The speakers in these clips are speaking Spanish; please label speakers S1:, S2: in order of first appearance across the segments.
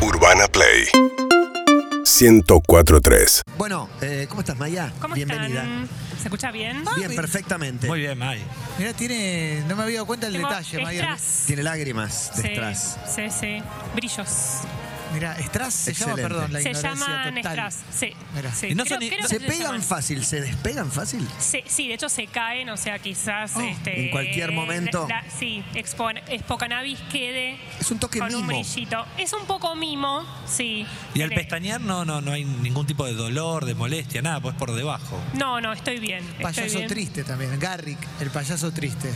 S1: Urbana Play 104.3
S2: Bueno, eh, ¿cómo estás, Maya?
S3: ¿Cómo
S2: Bienvenida.
S3: están? ¿Se escucha bien? Ah,
S2: Bien, perfectamente.
S4: Muy bien, May.
S5: Mira, tiene. No me había dado cuenta del
S3: Tengo
S5: detalle, Maya.
S3: strass.
S2: Tiene lágrimas de strass.
S3: Sí, sí, sí. Brillos.
S5: Mira, Strass se
S2: Excelente.
S5: llama, perdón, la
S3: Se
S5: ignorancia
S3: llaman
S5: total.
S3: strass. Sí.
S5: Mirá.
S3: sí.
S4: Y no son ni- no-
S2: ¿Se
S3: que se
S2: pegan
S3: llaman.
S2: fácil? ¿Se despegan fácil?
S3: Sí, sí, de hecho se caen, o sea, quizás.
S5: Oh.
S3: este,
S2: En cualquier momento.
S3: la- la- sí, expo, Expocanabis quede
S2: Es un toque
S3: con un
S2: mimo.
S3: brillito. Es un poco mimo, sí.
S4: Y al
S3: Le-
S4: pestañear no, no, no hay ningún tipo de dolor, de molestia, nada, pues por debajo.
S3: No, no, estoy bien. estoy
S5: Payaso
S3: bien.
S5: triste también. Garrick, el payaso triste.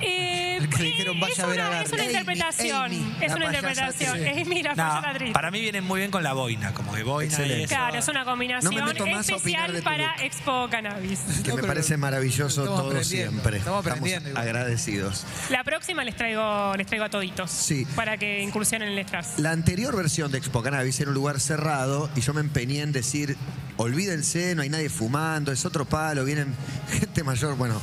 S3: Eh,
S5: El que
S3: eh,
S5: dijeron, vaya
S3: es
S5: a ver
S3: una,
S5: a
S3: Es una
S5: Garfield. Amy,
S3: interpretación.
S5: Amy,
S3: es
S2: la
S3: una
S2: payasa
S3: interpretación.
S2: triste.
S3: Es mira,
S4: No,
S3: payasa triste.
S4: para mí vienen muy bien con la boina, como que boina
S2: Excelente.
S4: y eso.
S3: Claro, es una combinación
S2: No me meto más a opinar de
S3: especial
S2: tu
S3: para
S2: look.
S3: Expo Cannabis.
S2: Que
S5: No,
S2: me
S5: pero
S2: parece maravilloso
S5: estamos
S2: todo
S5: aprendiendo,
S2: siempre.
S5: estamos aprendiendo igual.
S2: agradecidos.
S3: La próxima les traigo, les traigo a toditos.
S2: Sí.
S3: Para que incursionen en el strass.
S2: La anterior versión de Expo Cannabis era un lugar cerrado y yo me empeñé en decir, olvídense, no hay nadie fumando, es otro palo, vienen gente mayor, bueno.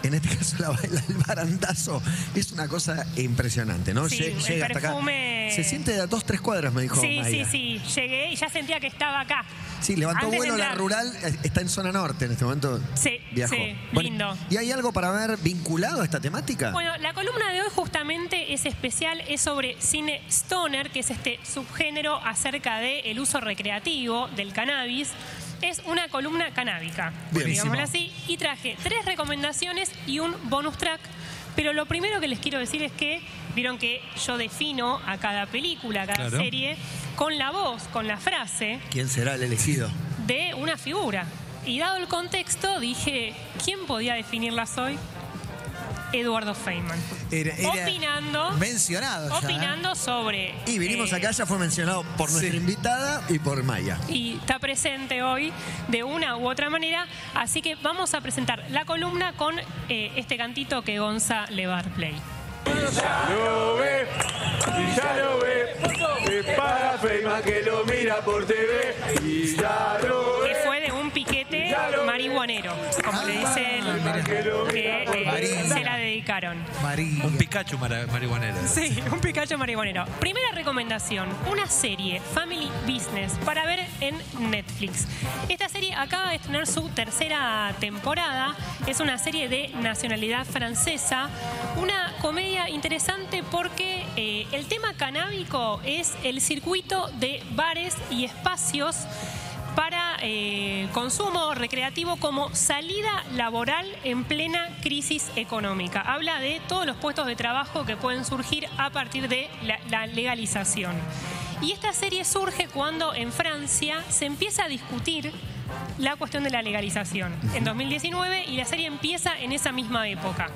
S2: En este caso la baila el barandazo. Es una cosa impresionante, ¿no?
S3: Sí,
S2: Lle-
S3: el
S2: Llega
S3: perfume-
S2: hasta acá. Se siente a dos, tres cuadras, me dijo
S3: Sí, sí,
S2: Maya.
S3: sí. Llegué y ya sentía que estaba acá.
S2: Sí, levantó
S3: Antes de
S2: vuelo la
S3: entrar.
S2: rural, eh, está en zona norte en este momento.
S3: Sí,
S2: viajó.
S3: sí,
S2: Bueno,
S3: lindo.
S2: ¿Y hay algo para ver vinculado a esta temática?
S3: Bueno, la columna de hoy justamente es especial, es sobre cine stoner, que es este subgénero acerca del el uso recreativo del cannabis. Es una columna canábica,
S2: Buenísimo.
S3: digámoslo así, y traje tres recomendaciones y un bonus track. Pero lo primero que les quiero decir es que vieron que yo defino a cada película, a cada
S4: Claro.
S3: serie, con la voz, con la frase
S2: ¿Quién será el elegido?
S3: de una figura. Y dado el contexto, dije, ¿quién podía definirlas hoy? Eduardo Feynman.
S5: Era- era
S3: opinando
S5: Mencionado. ya, ¿eh?
S3: opinando sobre...
S2: Y vinimos
S3: eh,
S2: acá, ya fue mencionado por nuestra invitada y por Maya.
S3: Y está presente hoy de una u otra manera. Así que vamos a presentar la columna con eh, este cantito que Gonza le va a dar play.
S6: Lo ve y ya lo ve. Se para Feima que lo mira por TV y ya lo
S3: Que
S6: ve.
S3: fue de un piquete marihuanero, como le dice él, que eh, se la dedicaron.
S5: María.
S4: Un Pikachu mara- marihuanero.
S3: Sí, un Pikachu marihuanero. Primera recomendación, una serie, Family Business, para ver en Netflix. Esta serie acaba de estrenar su tercera temporada. Es una serie de nacionalidad francesa. Una comedia interesante porque eh, el tema canábico es el circuito de bares y espacios para eh, consumo recreativo como salida laboral en plena crisis económica. Habla de todos los puestos de trabajo que pueden surgir a partir de la, la legalización. Y esta serie surge cuando en Francia se empieza a discutir la cuestión de la legalización en 2019 y la serie empieza en esa misma época.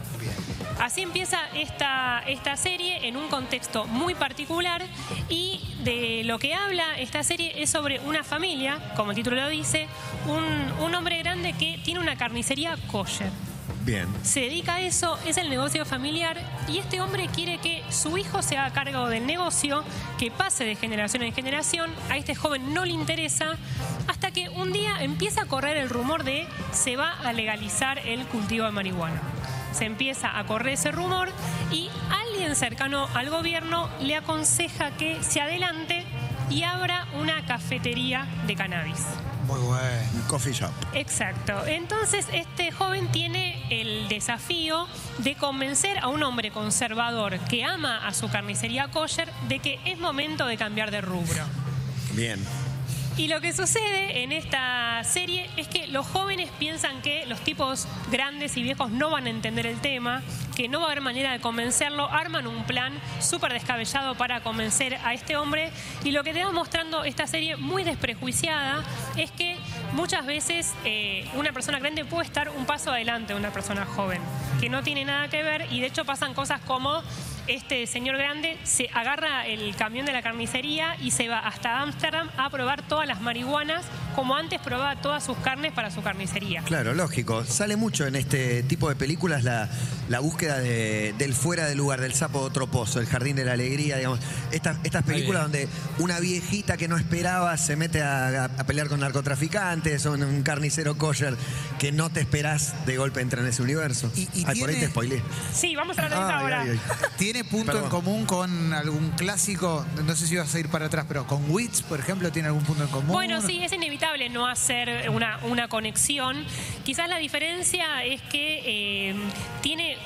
S3: Así empieza esta, esta serie en un contexto muy particular y de lo que habla esta serie es sobre una familia, como el título lo dice, un, un hombre grande que tiene una carnicería kosher.
S2: Bien.
S3: Se dedica a eso, es el negocio familiar y este hombre quiere que su hijo se haga cargo del negocio, que pase de generación en generación, a este joven no le interesa, hasta que un día empieza a correr el rumor de se va a legalizar el cultivo de marihuana. Se empieza a correr ese rumor y alguien cercano al gobierno le aconseja que se adelante y abra una cafetería de cannabis.
S5: Muy bueno.
S2: Un coffee shop.
S3: Exacto. Entonces, este joven tiene el desafío de convencer a un hombre conservador que ama a su carnicería kosher de que es momento de cambiar de rubro.
S2: Bien.
S3: Y lo que sucede en esta serie es que los jóvenes piensan que los tipos grandes y viejos no van a entender el tema, que no va a haber manera de convencerlo, arman un plan súper descabellado para convencer a este hombre. Y lo que te va mostrando esta serie muy desprejuiciada es que muchas veces eh, una persona grande puede estar un paso adelante de una persona joven, que no tiene nada que ver y de hecho pasan cosas como este señor grande se agarra el camión de la carnicería y se va hasta Ámsterdam a probar todas las marihuanas, como antes probaba todas sus carnes para su carnicería.
S2: Claro, lógico. Sale mucho en este tipo de películas la, la búsqueda de- del fuera del lugar, del sapo de otro pozo, el jardín de la alegría, digamos. Estas, estas películas donde una viejita que no esperaba se mete a, a- a pelear con narcotraficantes o un, un carnicero kosher que no te esperás de golpe entra en ese universo.
S5: Y- y
S2: Ay, por ahí
S5: tiene-
S2: te spoilé.
S3: Sí, vamos a hablar de eso
S2: Ay,
S3: ahora.
S2: ay, ay.
S5: ¿Tiene punto
S2: Perdón.
S5: en común con algún clásico? No sé si vas a ir para atrás, pero con Wits, por ejemplo, ¿tiene algún punto en común?
S3: Bueno, sí, es inevitable no hacer una, una conexión. Quizás la diferencia es que eh, tiene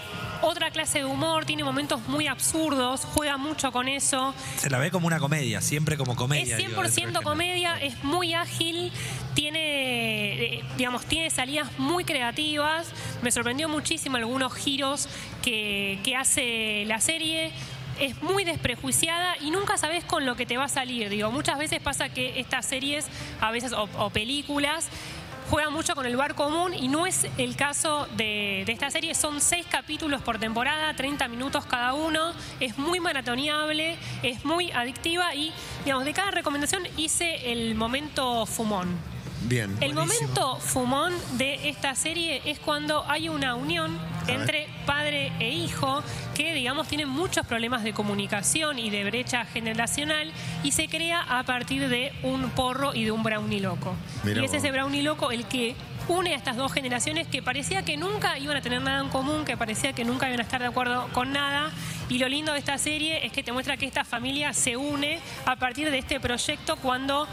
S3: otra clase de humor, tiene momentos muy absurdos, juega mucho con eso.
S4: Se la ve como una comedia, siempre como comedia.
S3: es
S4: digo, dentro
S3: 100%
S4: del género.
S3: comedia, es muy ágil, tiene, eh, digamos, tiene salidas muy creativas. Me sorprendió muchísimo algunos giros que, que hace la serie. Es muy desprejuiciada y nunca sabes con lo que te va a salir. Digo, muchas veces pasa que estas series, a veces, o, o películas, juegan mucho con el lugar común y no es el caso de, de esta serie. Son seis capítulos por temporada, 30 minutos cada uno. Es muy maratoneable, es muy adictiva y, digamos, de cada recomendación hice el momento fumón.
S2: Bien.
S3: El momento fumón de esta serie es cuando hay una unión
S2: ver.
S3: entre padre e hijo que, digamos, tienen muchos problemas de comunicación y de brecha generacional y se crea a partir de un porro y de un brownie loco.
S2: Mirá
S3: y es
S2: vos.
S3: ese brownie loco el que une a estas dos generaciones que parecía que nunca iban a tener nada en común, que parecía que nunca iban a estar de acuerdo con nada. Y lo lindo de esta serie es que te muestra que esta familia se une a partir de este proyecto cuando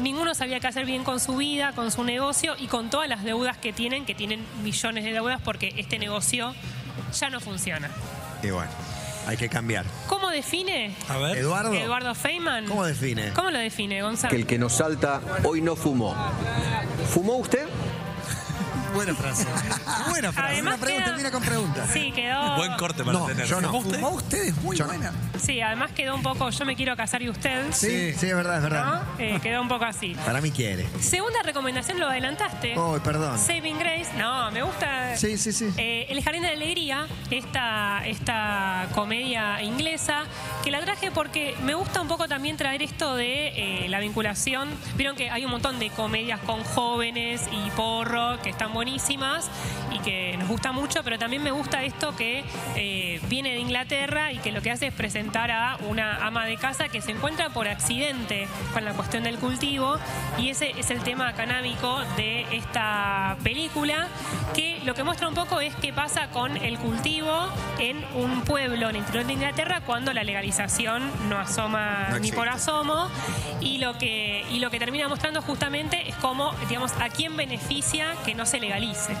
S3: ninguno sabía qué hacer bien con su vida, con su negocio y con todas las deudas que tienen, que tienen millones de deudas porque este negocio ya no funciona.
S2: Y bueno, hay que cambiar.
S3: ¿Cómo define
S4: A ver.
S2: Eduardo.
S3: Eduardo Feynman?
S2: ¿Cómo define?
S3: ¿Cómo lo define, Gonzalo?
S1: que el que nos salta hoy no fumó. ¿Fumó usted?
S5: Buena frase. buena frase.
S3: Además
S5: Una
S3: queda-
S5: pregunta, termina con pregunta.
S3: Sí, quedó...
S4: Buen corte para
S2: No,
S4: tener.
S2: yo no.
S4: ¿Fumó usted?
S5: ¿Fumó ustedes? Muy buena.
S3: Sí, además quedó un poco, yo me quiero casar y usted,
S2: Sí, sí, es verdad, es verdad.
S3: ¿no? Eh, quedó un poco así.
S2: Para mí quiere.
S3: Segunda recomendación, lo adelantaste.
S2: Oh, perdón.
S3: Saving Grace, no, me gusta.
S2: Sí, sí, sí.
S3: Eh, el Jardín de la Alegría, esta, esta comedia inglesa, que la traje porque me gusta un poco también traer esto de eh, la vinculación. Vieron que hay un montón de comedias con jóvenes y porro que están buenísimas y que nos gusta mucho, pero también me gusta esto que eh, viene de Inglaterra y que lo que hace es presentar a una ama de casa que se encuentra por accidente con la cuestión del cultivo y ese es el tema canábico de esta película que lo que muestra un poco es qué pasa con el cultivo en un pueblo en el interior de Inglaterra cuando la legalización no asoma
S2: No
S3: ni
S2: existe.
S3: por asomo y lo que y lo que termina mostrando justamente es cómo digamos a quién beneficia que no se legalice.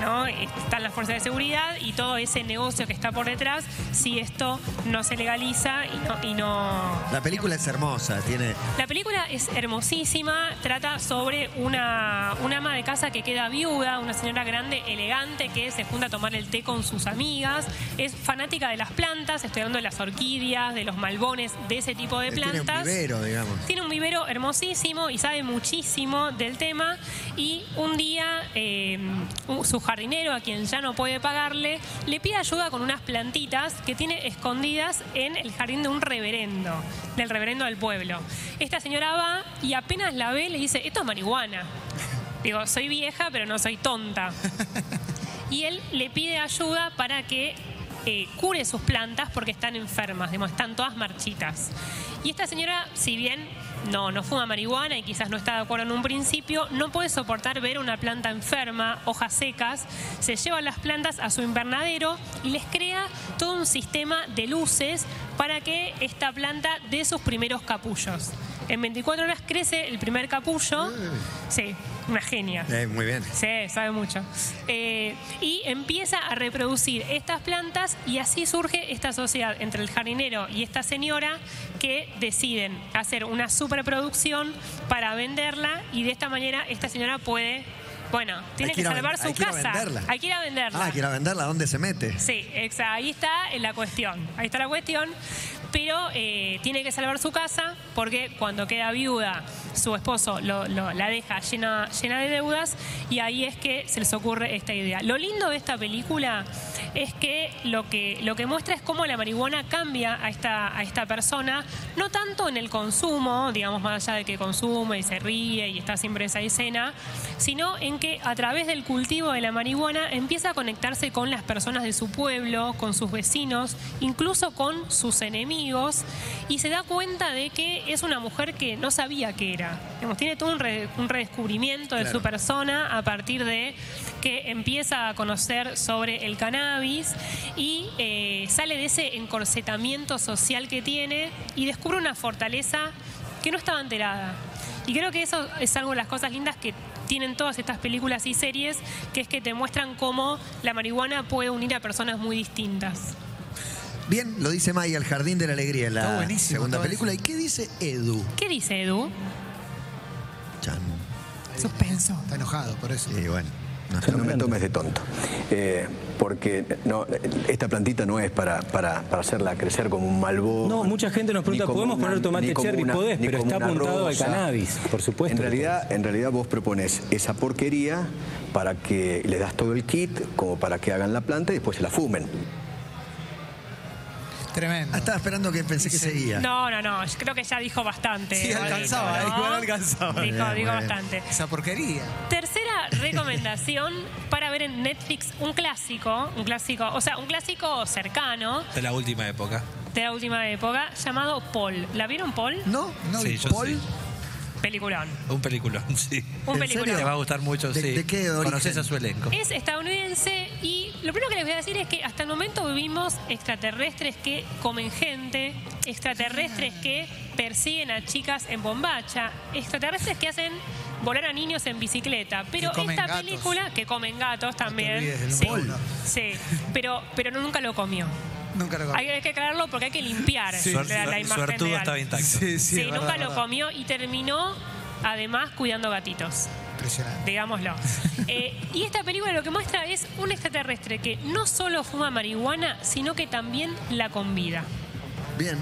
S3: ¿no? Están las fuerzas de seguridad y todo ese negocio que está por detrás si esto no se legaliza y no- y no,
S2: La película es hermosa, tiene.
S3: la película es hermosísima, trata sobre una, una ama de casa que queda viuda, una señora grande, elegante, que se junta a tomar el té con sus amigas, es fanática de las plantas, estoy hablando de las orquídeas, de los malbones, de ese tipo de
S2: eh, Tiene un
S3: plantas.
S2: vivero, digamos.
S3: Tiene un vivero hermosísimo y sabe muchísimo del tema. Y un día eh, un- su jardinero, a quien ya no puede pagarle, le pide ayuda con unas plantitas que tiene escondidas en el jardín de un reverendo, del reverendo del pueblo. Esta señora va y apenas la ve le dice, esto es marihuana. Digo, soy vieja, pero no soy tonta y él le pide ayuda para que eh, cure sus plantas porque están enfermas, digamos, están todas marchitas. Y esta señora, si bien no, no fuma marihuana y quizás no está de acuerdo en un principio, no puede soportar ver una planta enferma, hojas secas, se lleva las plantas a su invernadero y les crea todo un sistema de luces para que esta planta dé sus primeros capullos. En 24 horas crece el primer capullo. Sí, una genia.
S2: Eh, muy bien.
S3: Sí, sabe mucho. Eh, y empieza a reproducir estas plantas y así surge esta sociedad entre el jardinero y esta señora que deciden hacer una superproducción para venderla y de esta manera esta señora puede, bueno, tiene
S2: que
S3: que,
S2: ir a
S3: salvar
S2: ven-
S3: su
S2: hay que ir a
S3: casa.
S2: venderla.
S3: Hay que ir a venderla.
S2: Ah, quiero venderla, ¿dónde se mete?
S3: Sí, exa- ahí está eh, la cuestión. Ahí está la cuestión. Pero eh, tiene que salvar su casa porque cuando queda viuda, su esposo lo- lo- la deja llena, llena de deudas y ahí es que se les ocurre esta idea. Lo lindo de esta película es que lo que, lo que muestra es cómo la marihuana cambia a esta, a esta persona, no tanto en el consumo, digamos, más allá de que consume y se ríe y está siempre esa escena, sino en que a través del cultivo de la marihuana empieza a conectarse con las personas de su pueblo, con sus vecinos, incluso con sus enemigos amigos y se da cuenta de que es una mujer que no sabía que era. Digamos, tiene todo un, re- un redescubrimiento de
S2: Claro.
S3: su persona a partir de que empieza a conocer sobre el cannabis y eh, sale de ese encorsetamiento social que tiene y descubre una fortaleza que no estaba enterada. Y creo que eso es algo de las cosas lindas que tienen todas estas películas y series, que es que te muestran cómo la marihuana puede unir a personas muy distintas.
S2: Bien, lo dice Maya, el jardín de la alegría en
S5: Está
S2: la
S5: buenísimo,
S2: segunda
S5: está
S2: película. ¿Y qué dice Edu?
S3: ¿Qué dice Edu?
S2: Chan.
S5: Suspenso. Está enojado por eso.
S2: Y bueno, no sé.
S7: No me tomes de tonto, eh, porque no, esta plantita no es para, para, para hacerla crecer como un malbón.
S8: No, mucha gente nos pregunta,
S7: ni como
S8: ¿podemos
S7: una-
S8: poner tomate
S7: ni como
S8: cherry? Podés,
S7: ni
S8: pero
S7: como
S8: está
S7: una
S8: apuntado al cannabis, por supuesto
S7: En
S8: que
S7: realidad, en realidad vos propones esa porquería para que le das todo el kit, como para que hagan la planta y después se la fumen.
S5: Tremendo.
S2: Ah, estaba esperando que pensé que seguía.
S3: No, no, no, yo creo que ya dijo bastante.
S5: Sí,
S3: Eduardito,
S5: alcanzaba,
S3: ¿no?
S5: igual alcanzaba.
S2: Muy
S3: Dijo,
S2: bien,
S3: dijo
S2: muy bien.
S3: bastante.
S5: Esa porquería.
S3: Tercera recomendación para ver en Netflix un clásico, un clásico, o sea, un clásico cercano
S4: De la última época.
S3: de la última época llamado Paul. ¿La vieron Paul?
S2: ¿No? ¿No?
S4: Sí, yo
S2: ¿Paul?
S4: sí.
S3: Peliculón.
S4: Un peliculón, sí.
S3: Un
S2: ¿En
S3: peliculón.
S2: serio?
S4: Te va a gustar mucho,
S2: ¿De-
S4: sí.
S2: de qué origen?
S4: Conoces a su elenco.
S3: Es estadounidense y lo primero que les voy a decir es que hasta el momento vivimos extraterrestres que comen gente, extraterrestres que persiguen a chicas en bombacha, extraterrestres que hacen volar a niños en bicicleta. Pero
S5: comen
S3: esta
S5: gatos.
S3: película, que comen gatos también,
S5: olvides del
S3: sí,
S5: polo.
S3: sí, pero, pero nunca lo comió.
S5: Nunca lo
S3: Hay, hay que aclararlo porque hay que limpiar
S4: Suer-
S3: la, la
S4: suer-
S3: imagen
S4: suertudo
S3: real.
S4: estaba intacto.
S5: Sí, sí,
S3: Sí,
S5: es verdad,
S3: nunca lo
S5: verdad.
S3: comió y terminó además cuidando gatitos
S5: Impresionante.
S3: digámoslo. Eh, y esta película lo que muestra es un extraterrestre que no solo fuma marihuana, sino que también la convida.
S2: Bien.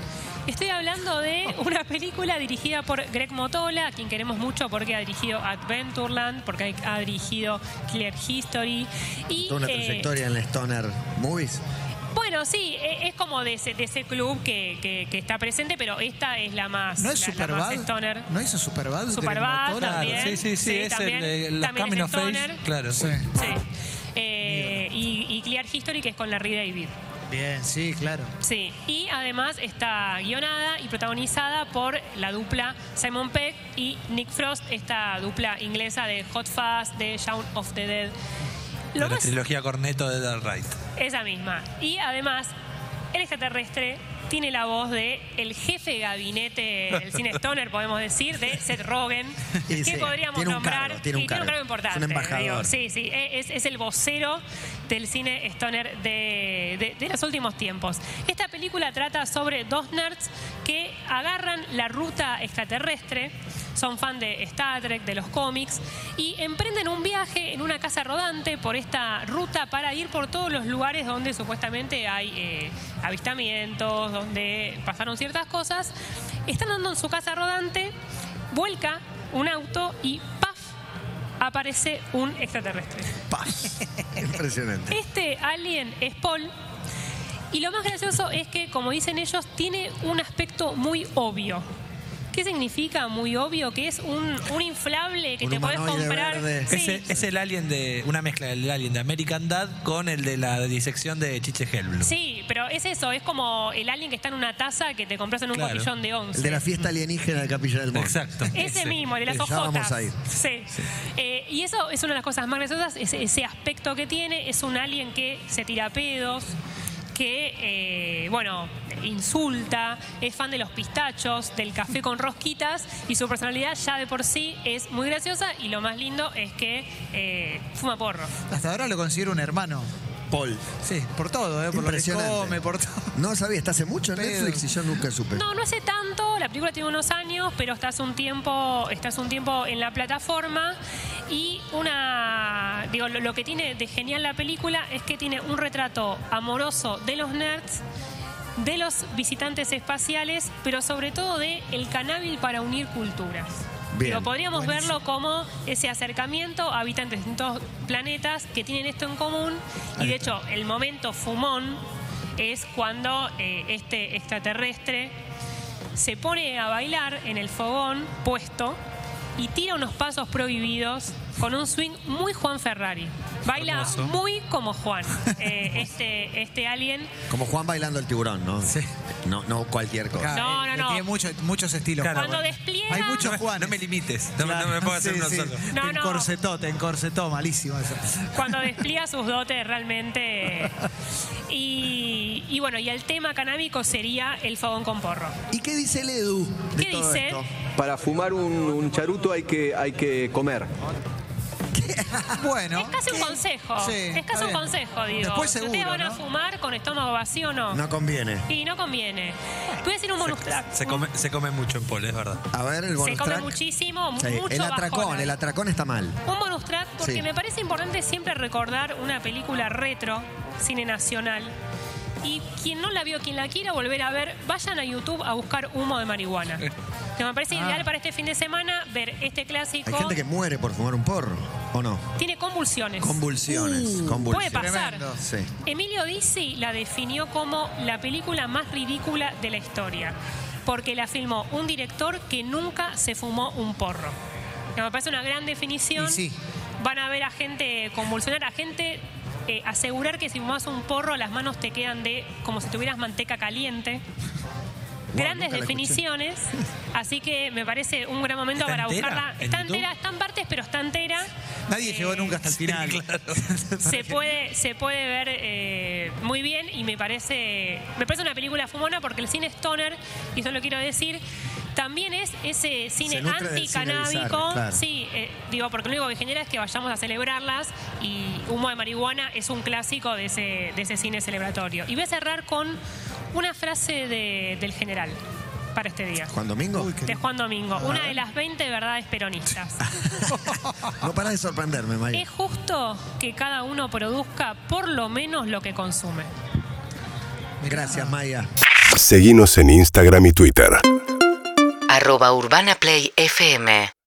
S3: Estoy hablando de una película dirigida por Greg Motola, a quien queremos mucho porque ha dirigido Adventureland, porque ha dirigido Clear History. Y,
S2: Toda una
S3: eh,
S2: trayectoria en la Stoner Movies.
S3: bueno, sí, e- es como de ese, de ese club que, que- que está presente, pero esta es la más,
S5: ¿No es
S3: la- la, más
S5: Superbad?
S3: stoner.
S5: ¿No hizo Superbad? de
S3: Superbad
S5: Motora?
S3: también.
S4: Sí, sí, sí,
S3: Sí,
S4: es
S3: también-
S4: el, eh, la
S3: también es
S4: Coming of
S3: stoner.
S4: Age. Claro.
S5: Sí.
S3: Sí. Eh, y, y Clear History, que es con Larry David.
S5: Bien, sí, claro.
S3: Sí, y además está guionada y protagonizada por la dupla Simon Peck y Nick Frost, esta dupla inglesa de Hot Fuzz, de Shaun of the Dead.
S4: De
S3: Lo
S4: la
S3: más-
S4: trilogía Corneto de Dark Wright.
S3: esa misma. Y además, el extraterrestre tiene la voz de el jefe de gabinete del cine stoner, podemos decir, de Seth Rogen,
S2: Y
S3: que
S2: sí,
S3: podríamos
S2: tiene un
S3: nombrar.
S2: cargo, tiene un
S3: y
S2: cargo.
S3: importante.
S2: Es un embajador.
S3: digo, sí, sí, e, es, es el vocero del cine stoner de, de- de los últimos tiempos. Esta película trata sobre dos nerds que agarran la ruta extraterrestre, son fan de Star Trek, de los cómics, y emprenden un viaje en una casa rodante por esta ruta para ir por todos los lugares donde supuestamente hay eh, avistamientos, donde pasaron ciertas cosas. Están andando en su casa rodante, vuelca un auto y ¡paf! aparece un extraterrestre.
S2: Paz. Impresionante.
S3: Este alien es Paul. Y lo más gracioso es que, como dicen ellos, tiene un aspecto muy obvio. ¿Qué significa muy obvio? Que es un, un inflable que
S2: Un
S3: te podés
S2: humanoide
S3: comprar.
S2: verde.
S3: Sí.
S4: Ese- Es, el alien de. Una mezcla del alien de American Dad con el de la disección de Chiche Hellblum.
S3: Sí, pero es eso, es como el alien que está en una taza que te compras en un
S4: Claro.
S3: cotillón de
S2: El
S3: once.
S2: de la fiesta alienígena de Capilla del Monte.
S4: Exacto.
S3: Ese mismo, el de las
S2: Ya
S3: hojotas.
S2: vamos ahí.
S3: Sí. Eh, y eso es una de las cosas más graciosas, ese, ese aspecto que tiene. Es un alien que se tira pedos, que, eh, bueno, insulta, es fan de los pistachos, del café con rosquitas y su personalidad ya de por sí es muy graciosa y lo más lindo es que eh, fuma porro.
S5: Hasta ahora lo considero un hermano.
S2: Paul.
S5: Sí, por todo, ¿eh? Por lo que
S2: Impresionante.
S5: come, por todo.
S2: No sabía, está hace mucho en
S5: Pero-
S2: Netflix y yo nunca supe.
S3: No, no hace tanto, la película tiene unos años, pero está hace un tiempo, está hace un tiempo en la plataforma. Y una. Digo, lo, lo que tiene de genial la película es que tiene un retrato amoroso de los nerds, de los visitantes espaciales, pero sobre todo de el cannabis para unir culturas.
S2: Bien.
S3: Digo, podríamos verlo como ese acercamiento a habitantes de distintos planetas que tienen esto en común. Y de hecho, el momento fumón es cuando eh, este extraterrestre se pone a bailar en el fogón puesto y tira unos pasos prohibidos con un swing muy Juan Ferrari. Baila
S4: Hermoso.
S3: muy como Juan, eh, este, este alien.
S2: Como Juan bailando el tiburón, ¿no?
S5: Sí.
S2: No, no cualquier cosa.
S3: No, no,
S5: eh,
S3: no.
S5: Tiene mucho- muchos estilos.
S4: Claro.
S5: Juan.
S3: Cuando despliega...
S5: Hay muchos
S4: No
S5: Juanes.
S4: me limites, no, me- no me puedo hacer
S5: Sí,
S4: uno
S5: sí.
S4: solo.
S3: No,
S5: te
S3: no.
S5: encorsetó, te encorsetó, malísimo eso.
S3: cuando despliega sus dotes realmente. Y, y bueno, y el tema canábico sería el fogón con porro.
S2: ¿Y qué dice el Edu de
S3: ¿Qué
S2: todo
S3: dice?
S2: esto?
S7: Para fumar un, un charuto hay que, hay que comer.
S5: Bueno.
S3: Es casi un
S5: ¿qué?
S3: consejo.
S5: Sí,
S3: es
S5: está
S3: casi un
S5: bien.
S3: consejo, digo.
S5: Después
S3: Si
S5: seguro,
S3: ¿Ustedes van a
S5: ¿no?
S3: fumar con estómago vacío o no?
S2: No conviene.
S3: Y no conviene. Te Voy a decir un bonus track.
S4: Se come, se come mucho en Pole, es verdad.
S2: A ver, el bonus
S3: Se come
S2: track.
S3: muchísimo, mu-
S2: Sí,
S3: mucho
S2: el atracón,
S3: bajón.
S2: el atracón está mal.
S3: Un bonus track porque
S2: Sí.
S3: me parece importante siempre recordar una película retro, cine nacional. Y quien no la vio, quien la quiera volver a ver, vayan a YouTube a buscar humo de marihuana. Que me parece ideal para este fin de semana ver este clásico.
S2: Hay gente que muere por fumar un porro, ¿o no?
S3: Tiene convulsiones.
S2: Convulsiones, convulsiones.
S3: Puede pasar.
S5: Tremendo.
S2: Sí.
S3: Emilio Dizzi la definió como la película más ridícula de la historia, porque la filmó un director que nunca se fumó un porro. Que me parece una gran definición.
S5: Y sí.
S3: Van a ver a gente convulsionar, a gente eh, asegurar que si fumas un porro las manos te quedan de como si tuvieras manteca caliente. Grandes
S2: nunca la
S3: definiciones, así que me parece un gran momento
S4: ¿Está
S3: para
S4: entera
S3: buscarla.
S4: en
S3: Está
S4: YouTube?
S3: entera, está en partes, pero está entera.
S5: Nadie llegó nunca hasta el final.
S3: se puede se puede ver eh, muy bien y me parece me parece una película fumona porque el cine stoner y eso lo quiero decir también es ese cine
S2: Se nutre del cine
S3: anticanábico
S2: bizarro, claro.
S3: sí eh, digo porque lo único que genera es que vayamos a celebrarlas y humo de marihuana es un clásico de ese de ese cine celebratorio y voy a cerrar con una frase de- del general para este día
S2: ¿Juan Domingo?
S3: de Juan Domingo una de las 20 verdades peronistas
S2: No para de sorprenderme, Maya.
S3: es justo que cada uno produzca por lo menos lo que consume.
S2: Gracias, Maya.
S9: Seguinos en Instagram y Twitter.
S10: arroba urbanaplayfm